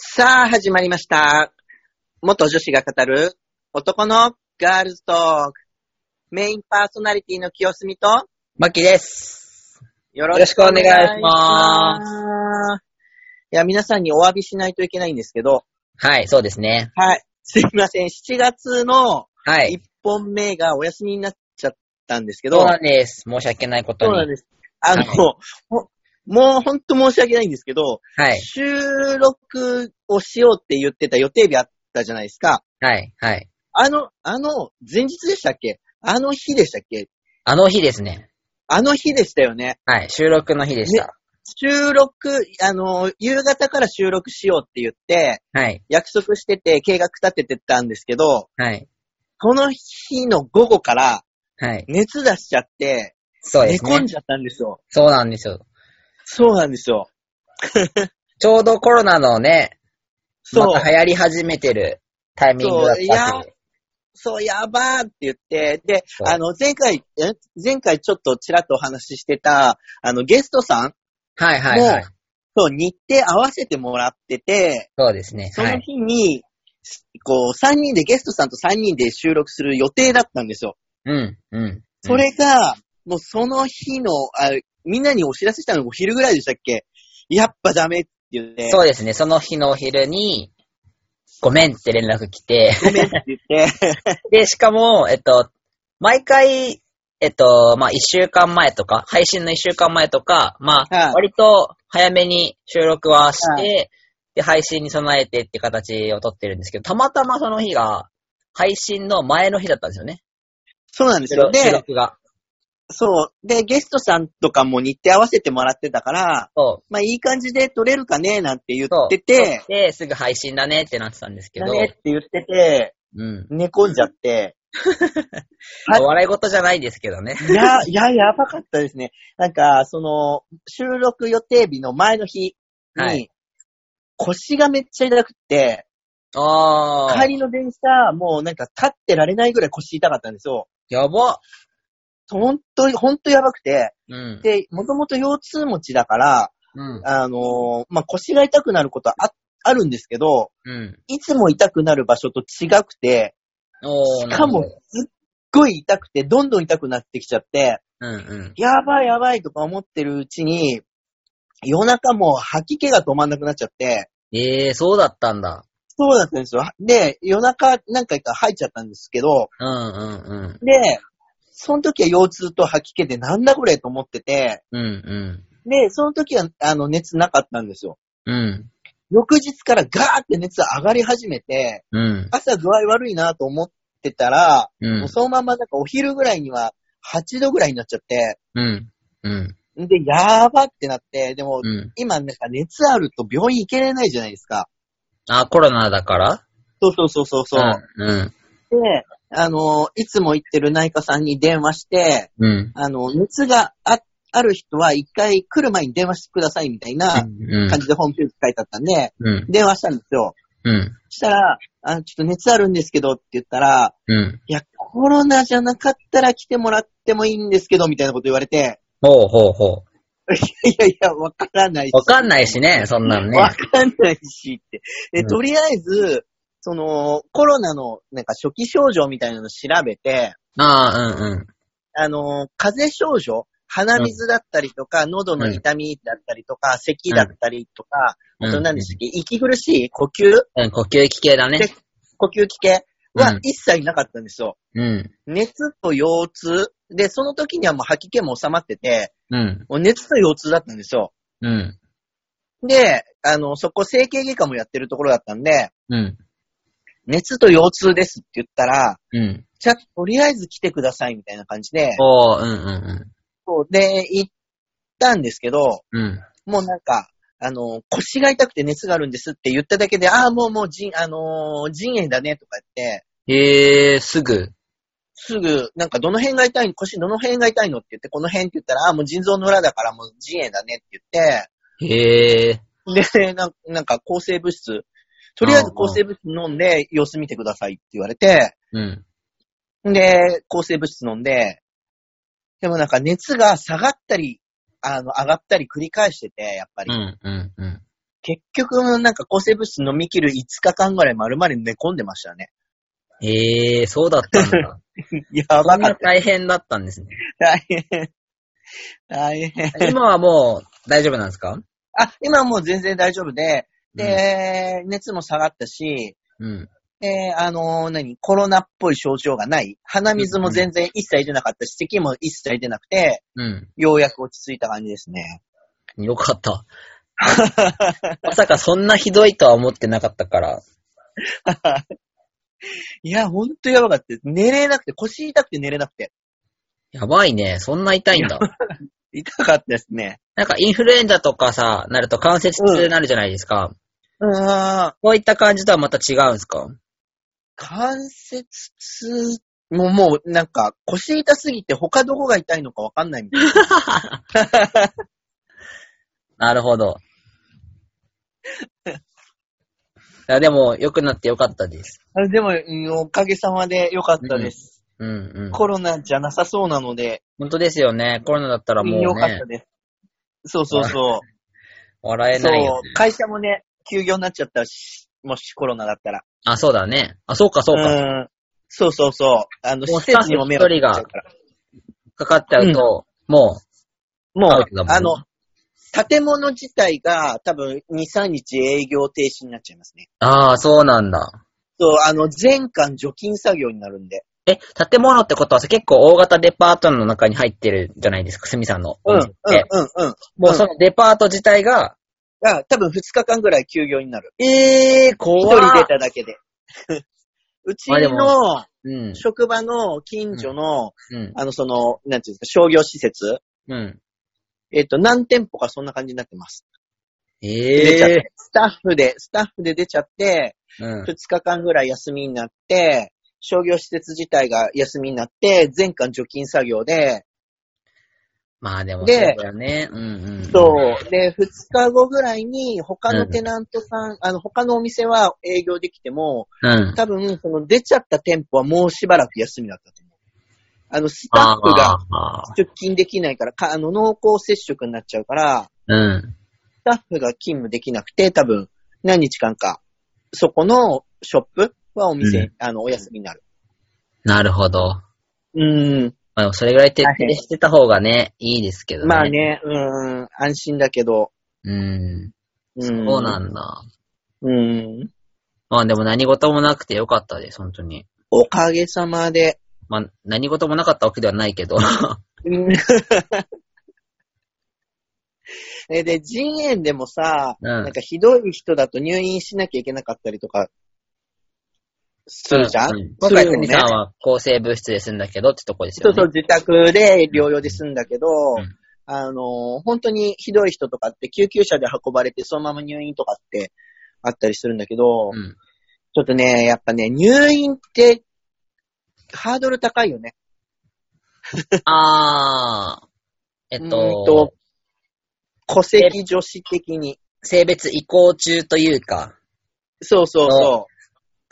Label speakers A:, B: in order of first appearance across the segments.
A: さあ、始まりました。元女子が語る男のガールズトーク。メインパーソナリティの清澄と
B: マキです。
A: よ。
B: ろしくお願いします
A: いや、皆さんにお詫びしないといけないんですけど、
B: はい、そうですね。
A: はい。すいません。7月の
B: はい
A: 1。本目がお休みになっちゃったんですけど、
B: そうなんです。申し訳ないこと
A: そう
B: に。
A: なんです。あの、ももうほんと申し訳ないんですけど、
B: はい。
A: 収録をしようって言ってた予定日あったじゃないですか。
B: はい。はい。
A: あの、あの、前日でしたっけあの日でしたっけ
B: あの日ですね。
A: あの日でしたよね。
B: はい。収録の日でした。
A: 収録、あの、夕方から収録しようって言って、
B: はい。
A: 約束してて、計画立ててたんですけど、
B: はい。
A: その日の午後から
B: はい。
A: 熱出しちゃって、
B: そう
A: 寝
B: ですね
A: 込ん。じゃったんですよ。
B: そうなんですよ。
A: そうなんですよ。
B: ちょうどコロナのね、
A: そう、
B: また流行り始めてるタイミングだったんで
A: そういそう、やばーって言って、で、
B: そう
A: あの、前回、え前回ちょっとちらっとお話ししてた、あの、ゲストさん
B: はいはいはい。
A: と日程合わせてもらってて、
B: そうですね。
A: そ
B: は
A: の
B: い。
A: 日に、こう、3人で、ゲストさんと3人で収録する予定だったんですよ。
B: うん。うん。
A: それが、もうその日のあ、みんなにお知らせしたのがお昼ぐらいでしたっけやっぱダメって言っ
B: う
A: て
B: ん。、そうですね。その日のお昼に、ごめんって連絡来て、
A: ごめんって言って、
B: で、しかも、えっと、毎回、えっと、まあ、一週間前とか、配信の一週間前とか、ま
A: は
B: あ
A: い、
B: 割と早めに収録はして、で、配信に備えてって形をとってるんですけど、たまたまその日が、配信の前の日だったんですよね。
A: そうなんですよ。
B: 収
A: で、
B: 録が。
A: そう。で、ゲストさんとかも日程合わせてもらってたから、
B: そ
A: まあいい感じで撮れるかねなんて言
B: う。
A: っ
B: そう
A: て。て、
B: で、すぐ配信だねってなってたんですけ
A: だ
B: ど、
A: ねって言ってて、
B: うん。
A: 寝込んじゃって、はい
B: お笑い事じゃないですけどね。
A: いや、いや、やばかったですね。なんか、その、収録予定日の前の日に、
B: はい
A: 腰がめっちゃ痛くって、
B: あー
A: 帰。りの電車、もうなんか立ってられないぐらい腰痛かったんですよ。
B: やば。
A: ほんと、ほんとやばくて、
B: うん。
A: で、もともと腰痛持ちだから、
B: うん。
A: あのーまあ、腰が痛くなることはあ、あるんですけど、
B: うん。
A: いつも痛くなる場所と違くて、
B: お
A: し
B: ー
A: か
B: な
A: も
B: るほど
A: すっごい痛くて、どんどん痛くなってきちゃって、
B: うんうん。
A: やばいやばいとか思ってるうちに、夜中もう吐き気が止まんなくなっちゃって、
B: ええー、そうだったんだ。
A: そうだったんですよ。で、夜中何回か吐いちゃったんですけど、
B: うんうん
A: で、その時は腰痛と吐き気でなんだこれと思ってて、
B: うん。うん
A: で、その時はあの熱なかったんですよ。
B: うん。うん。
A: 翌日からガーって熱上がり始めて、
B: うん。
A: 朝具合悪いなと思ってたら、
B: う
A: も
B: ん
A: う。そのままなんかお昼ぐらいには8度ぐらいになっちゃって、
B: うん。うん。
A: で、やばってなって、でも
B: うん。
A: 今なんか熱あると病院行けれないじゃないですか。
B: あ、コロナだから
A: そうそうそうそうそう。
B: うん。
A: で、あの、いつも行ってる内科さんに電話して、
B: うん。うん。
A: あの、熱があある人は一回来る前に電話してくださいみたいな
B: うん
A: 感じでホームページ書いてあったんで、
B: うん。
A: 電話したんですよ。
B: うん。
A: したら、あの、ちょっと熱あるんですけどって言ったら、
B: うん。
A: いや、コロナじゃなかったら来てもらってもいいんですけど、みたいなこと言われて、
B: ほうほうほ
A: いやいや、わからないし。
B: う。わかんないしね、そんなんね
A: わ。かんないしって。で、
B: うん
A: とりあえず、その、コロナの、なんか初期症状みたいなの調べて、
B: ああ、うんうん。
A: あの、風邪症状鼻水だったりとか、喉の痛みだったりとか、咳だったりとか、
B: うん
A: あと何でしたっけ、息苦しい呼吸
B: うん、呼吸器系だね。
A: 呼吸器系は
B: うん
A: 一切なかったんですよ。
B: うん。
A: 熱と腰痛。で、その時にはもう吐き気も収まってて、
B: うん。
A: もう熱と腰痛だったんですよ。
B: うん。
A: で、あの、そこ整形外科もやってるところだったんで、
B: うん。
A: 熱と腰痛ですって言ったら、
B: うん。
A: じゃあ、とりあえず来てくださいみたいな感じで、
B: おー、うんうん
A: そうで、行ったんですけど、
B: うん。うん。
A: もうなんか、あの、腰が痛くて熱があるんですって言っただけで、ああ、もうもう、じん、あのー腎炎だねとか言って、
B: ええー、すぐ。
A: すぐ、なんか、どの辺が痛いの腰どの辺が痛いのって言って、この辺って言ったら、ああー、もう腎臓の裏だからもう腎炎だねって
B: ええー。
A: 言って、で、なんなんか、抗生物質、とりあえず抗生物質飲んで、様子見てくださいって言われて、
B: うん。
A: で、抗生物質飲んで、でもなんか熱が下がったり、あの、上がったり繰り返してて、やっぱり。
B: うんうんうん。
A: 結局、なんか抗生物質飲み切る5日間ぐらい丸々寝込んでましたね。
B: ええー、そうだった んだ。
A: やば
B: そん
A: か
B: な
A: った。
B: 大変だったんですね。
A: 大変。 大変。
B: 今はもう大丈夫なんですか
A: あ、今はもう全然大丈夫で、で、熱も下がったし、
B: うん。
A: で、あのー何、コロナっぽい症状がない。鼻水も全然一切出なかったし、咳も一切出なくて、
B: う
A: ようやく落ち着いた感じですね。
B: ん。よ かった。まさかそんなひどいとは思ってなかったから。
A: いや、ほんとやばかったです。寝れなくて、腰痛くて寝れなくて。
B: やばいね。そんな痛いんだ。
A: 痛かったですね。
B: なんかインフルエンザとかさ、なると関節痛になるじゃないですか。
A: うーん。
B: こういった感じとはまた違うんですか
A: 関節痛ももう、なんか、腰痛すぎて他どこが痛いのかわかんないみたいな。
B: なる ほど。いや、でも、良くなってよかったです。
A: あでも、うんおかげさまで良かったです、
B: うんうん。
A: コロナじゃなさそうなので、
B: 本当ですよね。コロナだったらも
A: 良
B: う
A: かっ
B: ね
A: た、です。そうそうそ
B: 笑
A: う。
B: えない
A: そ
B: よ
A: う。。会社もね、休業になっちゃったし、もしコロナだったら。
B: あ、そうだね。あ、そうか、そうか。
A: ん。そうそうそう。あの、
B: も
A: 施
B: うスタッ
A: 設
B: フ
A: にも迷惑かけちゃうから。
B: かかっちゃうと、も
A: も
B: アウ
A: う
B: トだもん、ね
A: あの、建物自体が多分2、3日営業停止になっちゃいますね。
B: う、ああ、そうなんだ。
A: そう、あの、全館除菌作業になるんで。
B: え、建物ってことはさ、結構大型デパートの中に入ってるじゃないですか、すみさんのお
A: うん、う
B: 店
A: ん
B: って。、
A: うん、うん。
B: もうそのデパート自体が、
A: あ、多分2日間ぐらい休業になる。
B: ええー、
A: 一
B: 怖
A: 人出
B: い。
A: ただけで。 うち
B: まあで
A: の
B: うん、
A: 職場の近所の、
B: うん、
A: あの、その、なんていうんですか、商業施設。
B: うん。
A: えっ、と、何店舗かそんな感じになってます。出ちゃっ
B: ええ
A: てスタッフで、スタッフで出ちゃって、
B: ー、うん
A: 2。日間ぐらい休みになって、商業施設自体が休みになって、全館除菌作業で、
B: まあでも、そう
A: で
B: だよね。うんうん。
A: そう。で、2日後ぐらいに、他のテナントさん、あの、他のお店は営業できても、
B: うん。
A: 多分、その出ちゃった店舗はもうしばらく休みだったと思う。あの、スタッフが
B: あー。
A: 出勤できないから、かあの、濃厚接触になっちゃうから、
B: うん。
A: スタッフが勤務できなくて、多分、何日間か、そこのショップはお店、
B: うん
A: あの、お休みになる。
B: なるほど。
A: うん。
B: まあでも、それぐらい徹底してた方がね、いいですけどね。
A: まあ。ね、うん、安心だけど。
B: うん。
A: うん。
B: そうなんだ。
A: うん。
B: まあでも何事もなくてよかったです、本当に。
A: おかげさまで。
B: まあ、何事もなかったわけではないけど。
A: うんえで、陣営でもさ、
B: う
A: なん
B: ん。
A: かひどい人だと入院しなきゃいけなかったりとか、するじゃん、す
B: う今
A: る
B: 回、
A: よ
B: すみ
A: ね
B: さんは抗生物質で済んだけどってとこです
A: そ
B: よ
A: う
B: ね。
A: そう、自宅で療養で済んだけど、
B: ん
A: あのー、本当にひどい人とかって救急車で運ばれてそのまま入院とかってあったりするんだけど、
B: うん。
A: ちょっとね、やっぱね、入院ってハードル高いよね。
B: あー。えっ
A: うーん
B: と
A: と、戸籍女子的に。
B: 性別移行中というか、
A: そうそうそ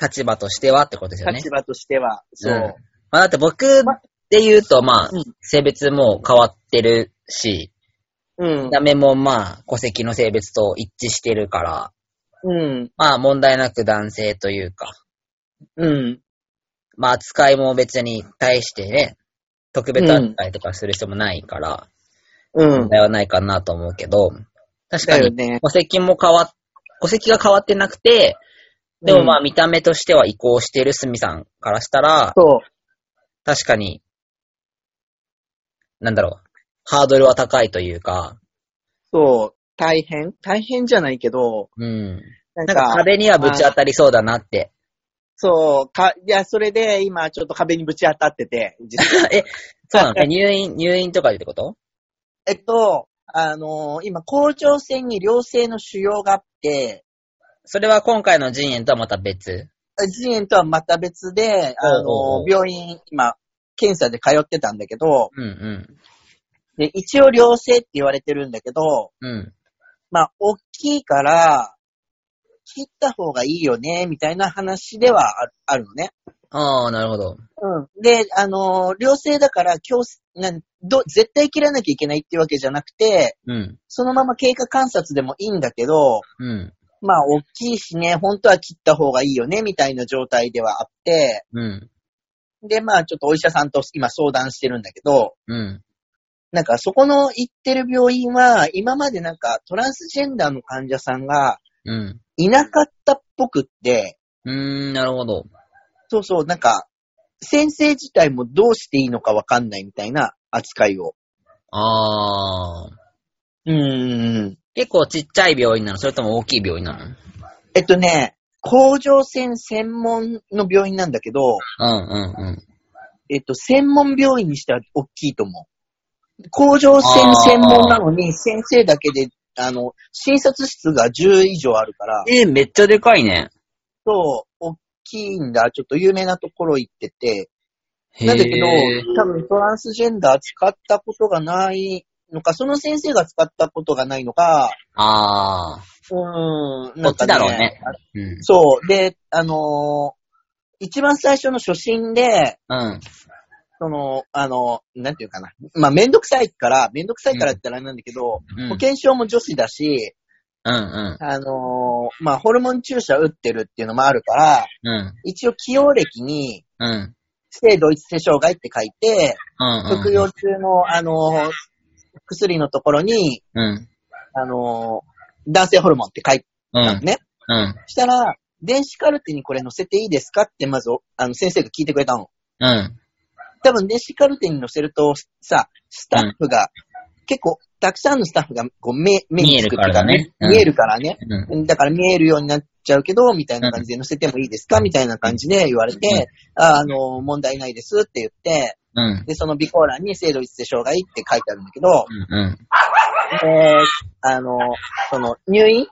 B: 立場としてはってことです
A: う。
B: よね
A: 立。場としては。そう。
B: うんまあ、だって僕で言うと、まあ
A: うん、
B: 性別も変わってるし、
A: うん
B: 見。た目もまあ、戸籍の性別と一致してるから、
A: うん。
B: まあ問題なく男性というか、
A: うん。
B: まあ扱いも別に対してね、特別扱いとかする人もないから、
A: うん
B: 問。題はないかなと思うけど、確か
A: だよ
B: に
A: ね。
B: 戸籍も変わっ、戸籍が変わってなくて、でもまあ見た目としては移行してるスミさんからしたら、
A: そう。
B: 確かに、なんだろう、ハードルは高いというか、
A: そう、大変大変じゃないけど、
B: うん。
A: なん
B: なんか
A: か、
B: 壁にはぶち当たりそうだなって。
A: そう、か、いや、それで今ちょっと壁にぶち当たってて、実際
B: え、そうなのえ入院、入院とかでってこと
A: えっと、あのー今、甲状腺に良性の腫瘍があって、
B: それは今回の腎炎とはまた別。
A: 腎炎とはまた別で、あ
B: おうおう
A: の
B: おう
A: ー病院、今、検査で通ってたんだけど、
B: うんう
A: で、一応良性って言われてるんだけど、
B: ん。うん。
A: まあ、大きいから、切った方がいいよね、みたいな話ではあるあるのね。
B: ああ、なるほど。
A: うん。で、あのー良性だから、強制、なんど、絶対切らなきゃいけないっていうわけじゃなくて、
B: うん。
A: そのまま経過観察でもいいんだけど、
B: うん。
A: まあ、大きいしね、本当は切った方がいいよね、みたいな状態ではあって、
B: うん。
A: で、まあ、ちょっとお医者さんと今相談してるんだけど、
B: うん。
A: なんか、そこの行ってる病院は、今までなんか、トランスジェンダーの患者さんが
B: うん。
A: いなかったっぽくって、
B: うーん、なるほど。
A: そうそう、なんか、先生自体もどうしていいのかわかんないみたいな扱いを。
B: ああ。
A: うーん。
B: 結構ちっちゃい病院なのそれとも大きい病院なの
A: えっとね、甲状腺専門の病院なんだけど、
B: うん、うん、うん。
A: えっと、専門病院にしては大きいと思う。甲状腺専門なのに、先生だけで、あの、診察室が10以上あるから、
B: えー、めっちゃでかいね。
A: そう、大きいんだ。ちょっと有名なところ行ってて、
B: へー
A: なんだけど、多分トランスジェンダー使ったことがないのか、その先生が使ったことがないのか、
B: ああ。
A: うーん、
B: こ
A: な
B: っ
A: ん
B: ち
A: か
B: だろうね。うん。
A: そう。で、あのー一番最初の初心で、
B: うん。
A: その、あのなんていうかな。まあ、めんどくさいから、めんどくさいからって言ったらあれなんだけど、
B: うん
A: 保険証も女子だし、
B: うん、
A: あのーまあ、ホルモン注射打ってるっていうのもあるから、
B: うん。うん。
A: 一応起用歴に、
B: うん。
A: 性同一性障害って書いて、
B: うん。
A: 服用中の、あのー薬のところに、
B: うん。
A: あのー男性ホルモンって書いて
B: う
A: たの
B: ん。
A: ね。
B: うん。
A: したら、電子カルテにこれ載せていいですかって、まず、あの、先生が聞いてくれたの。
B: うん。
A: 多分電子カルテに載せると、さ、スタッフが、結構、たくさんのスタッフがこう目目につくっていうか
B: 見えるからねうん
A: 見えるからね。
B: うん。
A: だから見えるようになっちゃうけど、みたいな感じで載せてもいいですかみたいな感じで言われて、ああの、問題ないですって言って、
B: うん。
A: で、その備考欄に性同一性障害って書いてあるんだけど、
B: うん。
A: であの、その入院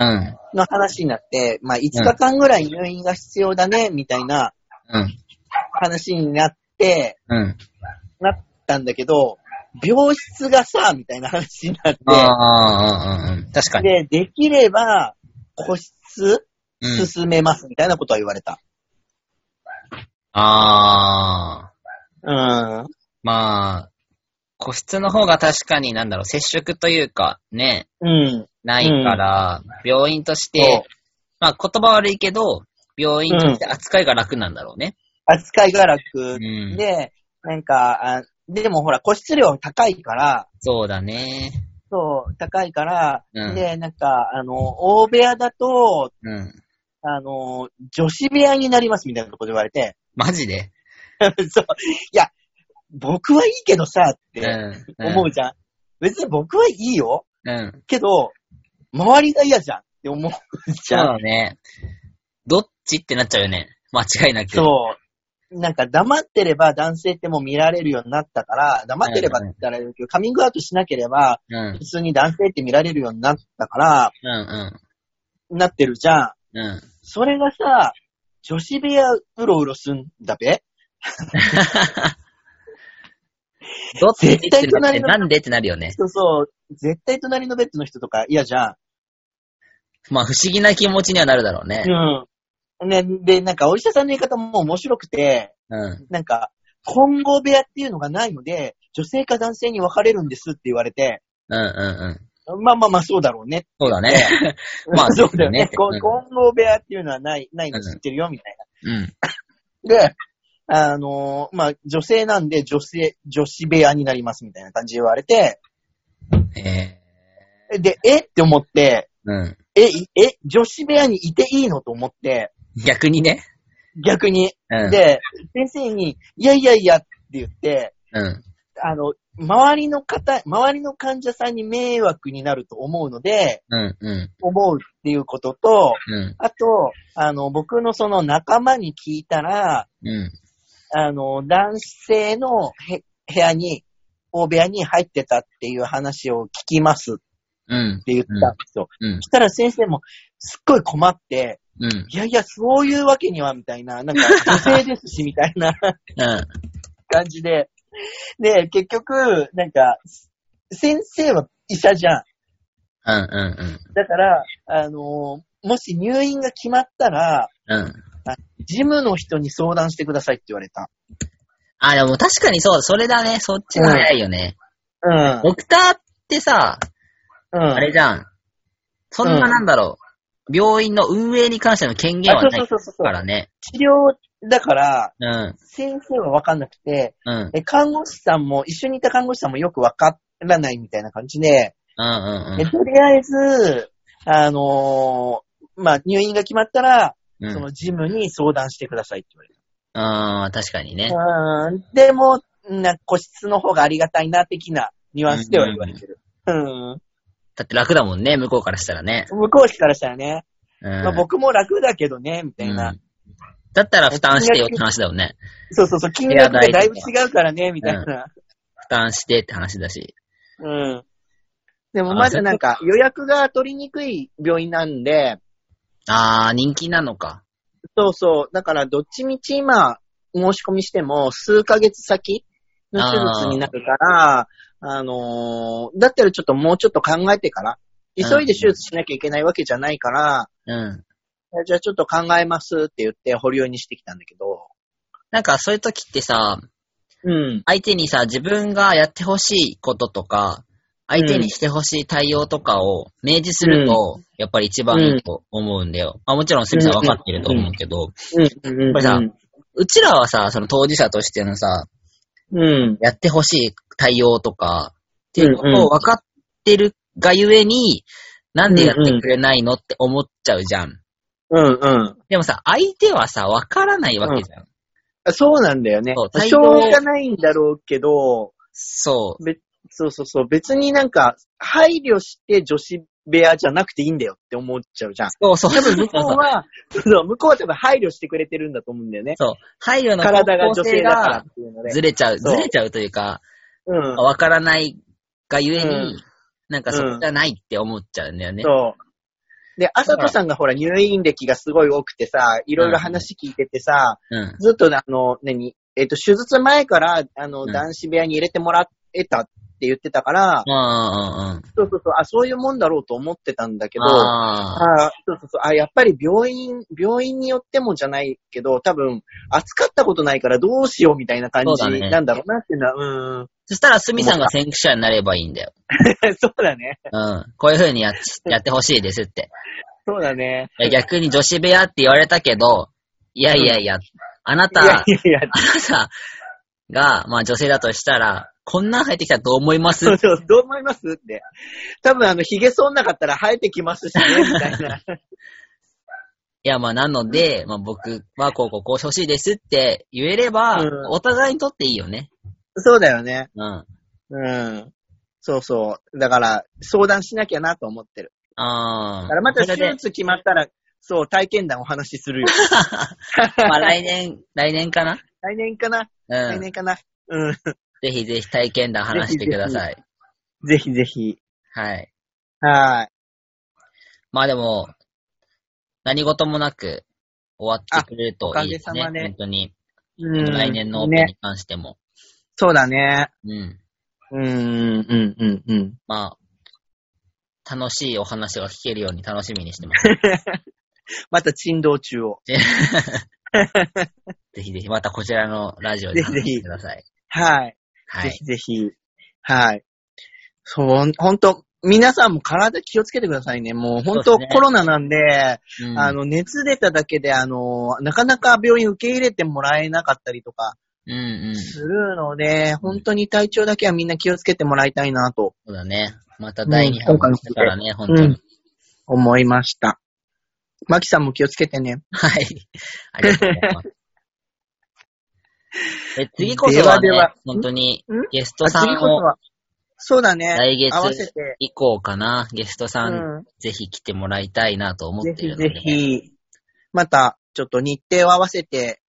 B: うん。
A: の話になって、まあ、5日間ぐらい入院が必要だね、みたいな
B: うん。
A: 話になって、
B: うん。
A: なったんだけど、病室がさ、みたいな話になっ
B: ああ、うん。確か
A: て、
B: に。
A: で、できれば、個室
B: うん。
A: 進めます、みたいなことは言われた。
B: ああ。
A: うん。
B: まあ、個室の方が確かになんだろう、接触というか、ね、
A: うん。
B: ないから、病院とし
A: そう
B: て、まあ言葉悪いけど、病院として扱いが楽なんだろうね。
A: 扱いが楽
B: うん。
A: で、なんか、あでもほら、個室料高いから、
B: そうだね。
A: そう、高いから、
B: うん
A: で、なんか、あの、大部屋だと、
B: うん。
A: あの、女子部屋になりますみたいなこと言われて、
B: マジで。
A: そう、いや、僕はいいけどさ、って
B: うん。
A: 思うじゃん。別に僕はいいよ。
B: うん。うん。
A: けど、周りが嫌じゃんって思うじ
B: そう
A: ゃん。
B: だね。どっちってなっちゃうよね。間違いなく。
A: そう。なんか黙ってれば男性ってもう見られるようになったから、黙ってればって言ったらいいけど、カミングアウトしなければ、
B: うん。うん
A: 普通に男性って見られるようになったから、
B: う
A: なってるじゃん。
B: ん。うん。
A: それがさ、女子部屋うろうろすんだべ
B: どっちって言ってなってなんでってなるよね。
A: そうそう。絶対隣のベッドの人とか嫌じゃん。
B: まあ不思議な気持ちにはなるだろうね。
A: うん。ね、で、なんかお医者さんの言い方も面白くて、
B: うん。
A: なんか、混合部屋っていうのがないので、女性か男性に分かれるんですって言われて、
B: うんうんうん。
A: まあまあまあ、そうだろうね。
B: そうだね。まあ
A: そうだよ
B: そうだよね
A: ね。こ
B: うん
A: 混合部屋っていうのはない、ないの知ってるよ、みたい
B: うん。
A: な。で、あのーまあ、女性なんで、女性、女子部屋になります、みたいな感じで言われて、
B: え
A: で、えって思って、
B: ー、うん。
A: え、いえ、女子部屋にいていいのと思って、
B: 逆にね。
A: 逆に。
B: うん。
A: で、先生に、いやいやいやって言って、
B: うん。
A: あの、周りの方、周りの患者さんに迷惑になると思うので、
B: うん。うん。
A: 思うっていうことと、
B: うん。
A: あと、あの、僕のその仲間に聞いたら、
B: うん。
A: あの、男性のへ部屋に、大部屋に入ってたっていう話を聞きますっ
B: うん。
A: て言ったんですよ。
B: うん
A: そ。したら先生もすっごい困って、
B: うん。
A: いやいや、そういうわけには、みたいな、なんか女性ですし、みたいな
B: うん。
A: 感じで。で、結局、なんか、先生は医者じゃん。
B: うん。うん。
A: だから、あのもし入院が決まったら、
B: うん。
A: あジムの人に相談してくださいって言われた。
B: あ、でも確かにそう、それだね。そっちが早いよね。
A: うん。
B: ドクターってさ、
A: うん。
B: あれじゃん。そんななんだろう。病院の運営に関しての権限
A: あ
B: は
A: そう
B: な
A: そう
B: い
A: そうそう。
B: からね。
A: 治療だから、
B: うん。
A: 先生はわかんなくて、
B: うん。うん
A: え、看護師さんも、一緒にいた看護師さんもよくわからないみたいな感じで、
B: うん
A: えとりあえず、あのーまあ、入院が決まったら、
B: うん。
A: そ
B: うん。
A: のジムに相談してくださいって言われ
B: ああ、確かにね。
A: た。うん。でも、な、個室の方がありがたいな、的なニュアンスでは言われてる。うん。
B: だって楽だもんね、向こうからしたらね。
A: 向こうからしたらね、
B: うん。
A: まあ、僕も楽だけどね、みたいな。
B: うんだったら負担してよって話だよね。
A: そうそうそう、金額がだいぶ違うからね、みたいな。
B: 負担してって話だし。
A: うん。でもまだなんか予約が取りにくい病院なんで、
B: ああ、人気なのか。
A: そうそう。だからどっちみち今申し込みしても数ヶ月先の手術になるから、あのーだったらちょっともうちょっと考えてから、急いで手術しなきゃいけないわけじゃないから、
B: うん。
A: じゃあちょっと考えますって言って保留にしてきたんだけど、
B: なんかそういう時ってさ、
A: うん。
B: 相手にさ、自分がやってほしいこととか、相手にしてほしい対応とかを明示すると、やっぱり一番いいと思うんだよ。まあもちろん、すみさん分かってると思うけど、
A: う
B: う
A: ん。うん。
B: これさちらはさ、その当事者としてのさ、
A: うん。
B: やってほしい対応とか、っていうことを分かってるがゆえに、なんでやってくれないのって思っちゃうじゃん。
A: うん。うん。
B: でもさ、相手はさ、分からないわけじゃん。
A: そうなんだよね
B: そう。対
A: しょ
B: 応
A: うがないんだろうけど、
B: そう。
A: そうそうそう。別になんか、配慮して女子部屋じゃなくていいんだよって思っちゃうじゃん。
B: そうそう。
A: 多分向こ
B: そうう
A: は、そう向こうは多分配慮してくれてるんだと思うんだよね。
B: そう。配慮の方
A: 体が
B: 向
A: 女
B: 性
A: 性だから
B: が
A: っていうので。
B: ずれちゃう、ず
A: そう
B: れちゃうというか、
A: うん。
B: わからないがゆえに、
A: うん
B: なんかそこじゃないって思っちゃうんだよね。
A: そう。で、あさとさんがほら入院歴がすごい多くてさ、いろいろ話聞いててさ、
B: うん。
A: ずっとねあの、何えっ、と、手術前から、あの、
B: うん
A: 男子部屋に入れてもらえたって言ってたから、
B: うんうんうん。
A: そうそうそう、あ、そういうもんだろうと思ってたんだけど、
B: ああ。
A: あーそうそうそう。あ、やっぱり病院、病院によってもじゃないけど、多分、扱ったことないからどうしようみたいな感
B: そうだ
A: じ
B: ね
A: なんだろうなっていうのは、
B: そしたら、すみさんが先駆者になればいいんだよ。
A: うーん。 そうだね。
B: うん。こういう風にやっやってほしいですって。
A: そうだね。
B: いや逆に女子部屋って言われたけど、いやいやいや、あない
A: や
B: た、
A: いやいや、
B: あなたが、まあ女性だとしたら、こんなん入ってきたらどう思います
A: そうそう、どう思いますって。多分、あの、髭剃んなかったら生えてきますしね、みたい な。
B: いや、まあ、なので、まあ、僕はこうこうこうしてほしいですって言えれば、
A: うん
B: お互いにとっていいよね。
A: そうだよね。
B: うん。
A: うん。そうそう。だから、相談しなきゃなと思ってる。
B: あ
A: だ
B: あ。
A: からまた
B: そ
A: 手
B: れで、
A: 術決まったら、そう、体験談お話しす るよ。
B: まあ、来年、来年かな
A: 来年かな
B: う
A: 来
B: ん。
A: 年
B: ぜ
A: かなうん。
B: ひぜひ体験談話してください。
A: ぜひぜひ。
B: はい。
A: はい。
B: まあ、でも、何事もなく終わってくれるといいです
A: あお
B: ね。
A: かげさまで
B: 本当に。
A: うん
B: 来年のオープン
A: ね。
B: に関しても。
A: そうだね。
B: うん。
A: うん、うん、うん、うん。
B: まあ、楽しいお話が聞けるように楽しみにして ます。
A: また珍道中を。
B: ぜひぜひ、またこちらのラジオで話してください。
A: はい。
B: は
A: ぜ
B: い。
A: ひぜひ。はい。そう、ほんほんと、皆さんも体気をつけてくださいね。もう本
B: そ
A: 当、
B: うですね
A: コロナなんで、
B: うん
A: あの、熱出ただけで、あの、なかなか病院受け入れてもらえなかったりとか
B: うんうん。そ
A: するので、本当に体調だけはみんな気をつけてもらいたいなと
B: うだね。また第2波が来たからね、本当
A: う
B: に。
A: ん思いました。マキさんも気をつけてね。
B: はい。ありがとうございます。え次こそはね、
A: ではでは
B: 本当に
A: ん
B: ゲスト
A: あ
B: さ
A: 次
B: ん
A: こそ
B: を
A: は。そうだね。
B: 来
A: 合わせ
B: 月
A: て。
B: 以降かな、ゲストさ
A: うんん。
B: ぜひ来てもらいたいなと思っ
A: ぜ
B: てい
A: ひ
B: るの
A: ぜ
B: で、
A: ひ、また、ちょっと日程を合わせて、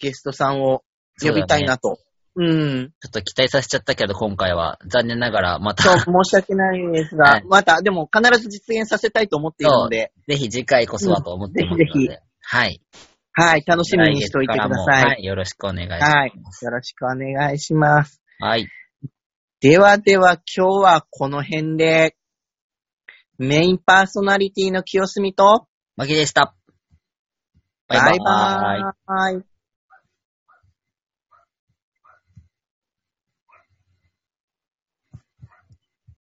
A: ゲストさんを呼びたいなと。う,、
B: ちょっと期待させちゃったけど、今回は残念ながらま
A: ん。そ
B: た、
A: う、申し訳ないですが、
B: はい
A: また、でも必ず実現させたいと思っているので、
B: ぜひ次回こそはと思ってますので、
A: うんぜひぜ
B: はい。
A: はい、楽しみにしておいてくだ
B: 来月からも
A: さ。
B: はいい。よろしくお願いします。
A: はい、よろしくお願いします。
B: はい。
A: ではでは、今日はこの辺で、メインパーソナリティの清澄と、
B: マキでした。バイバ
A: バ
B: イ。
A: イバーイ。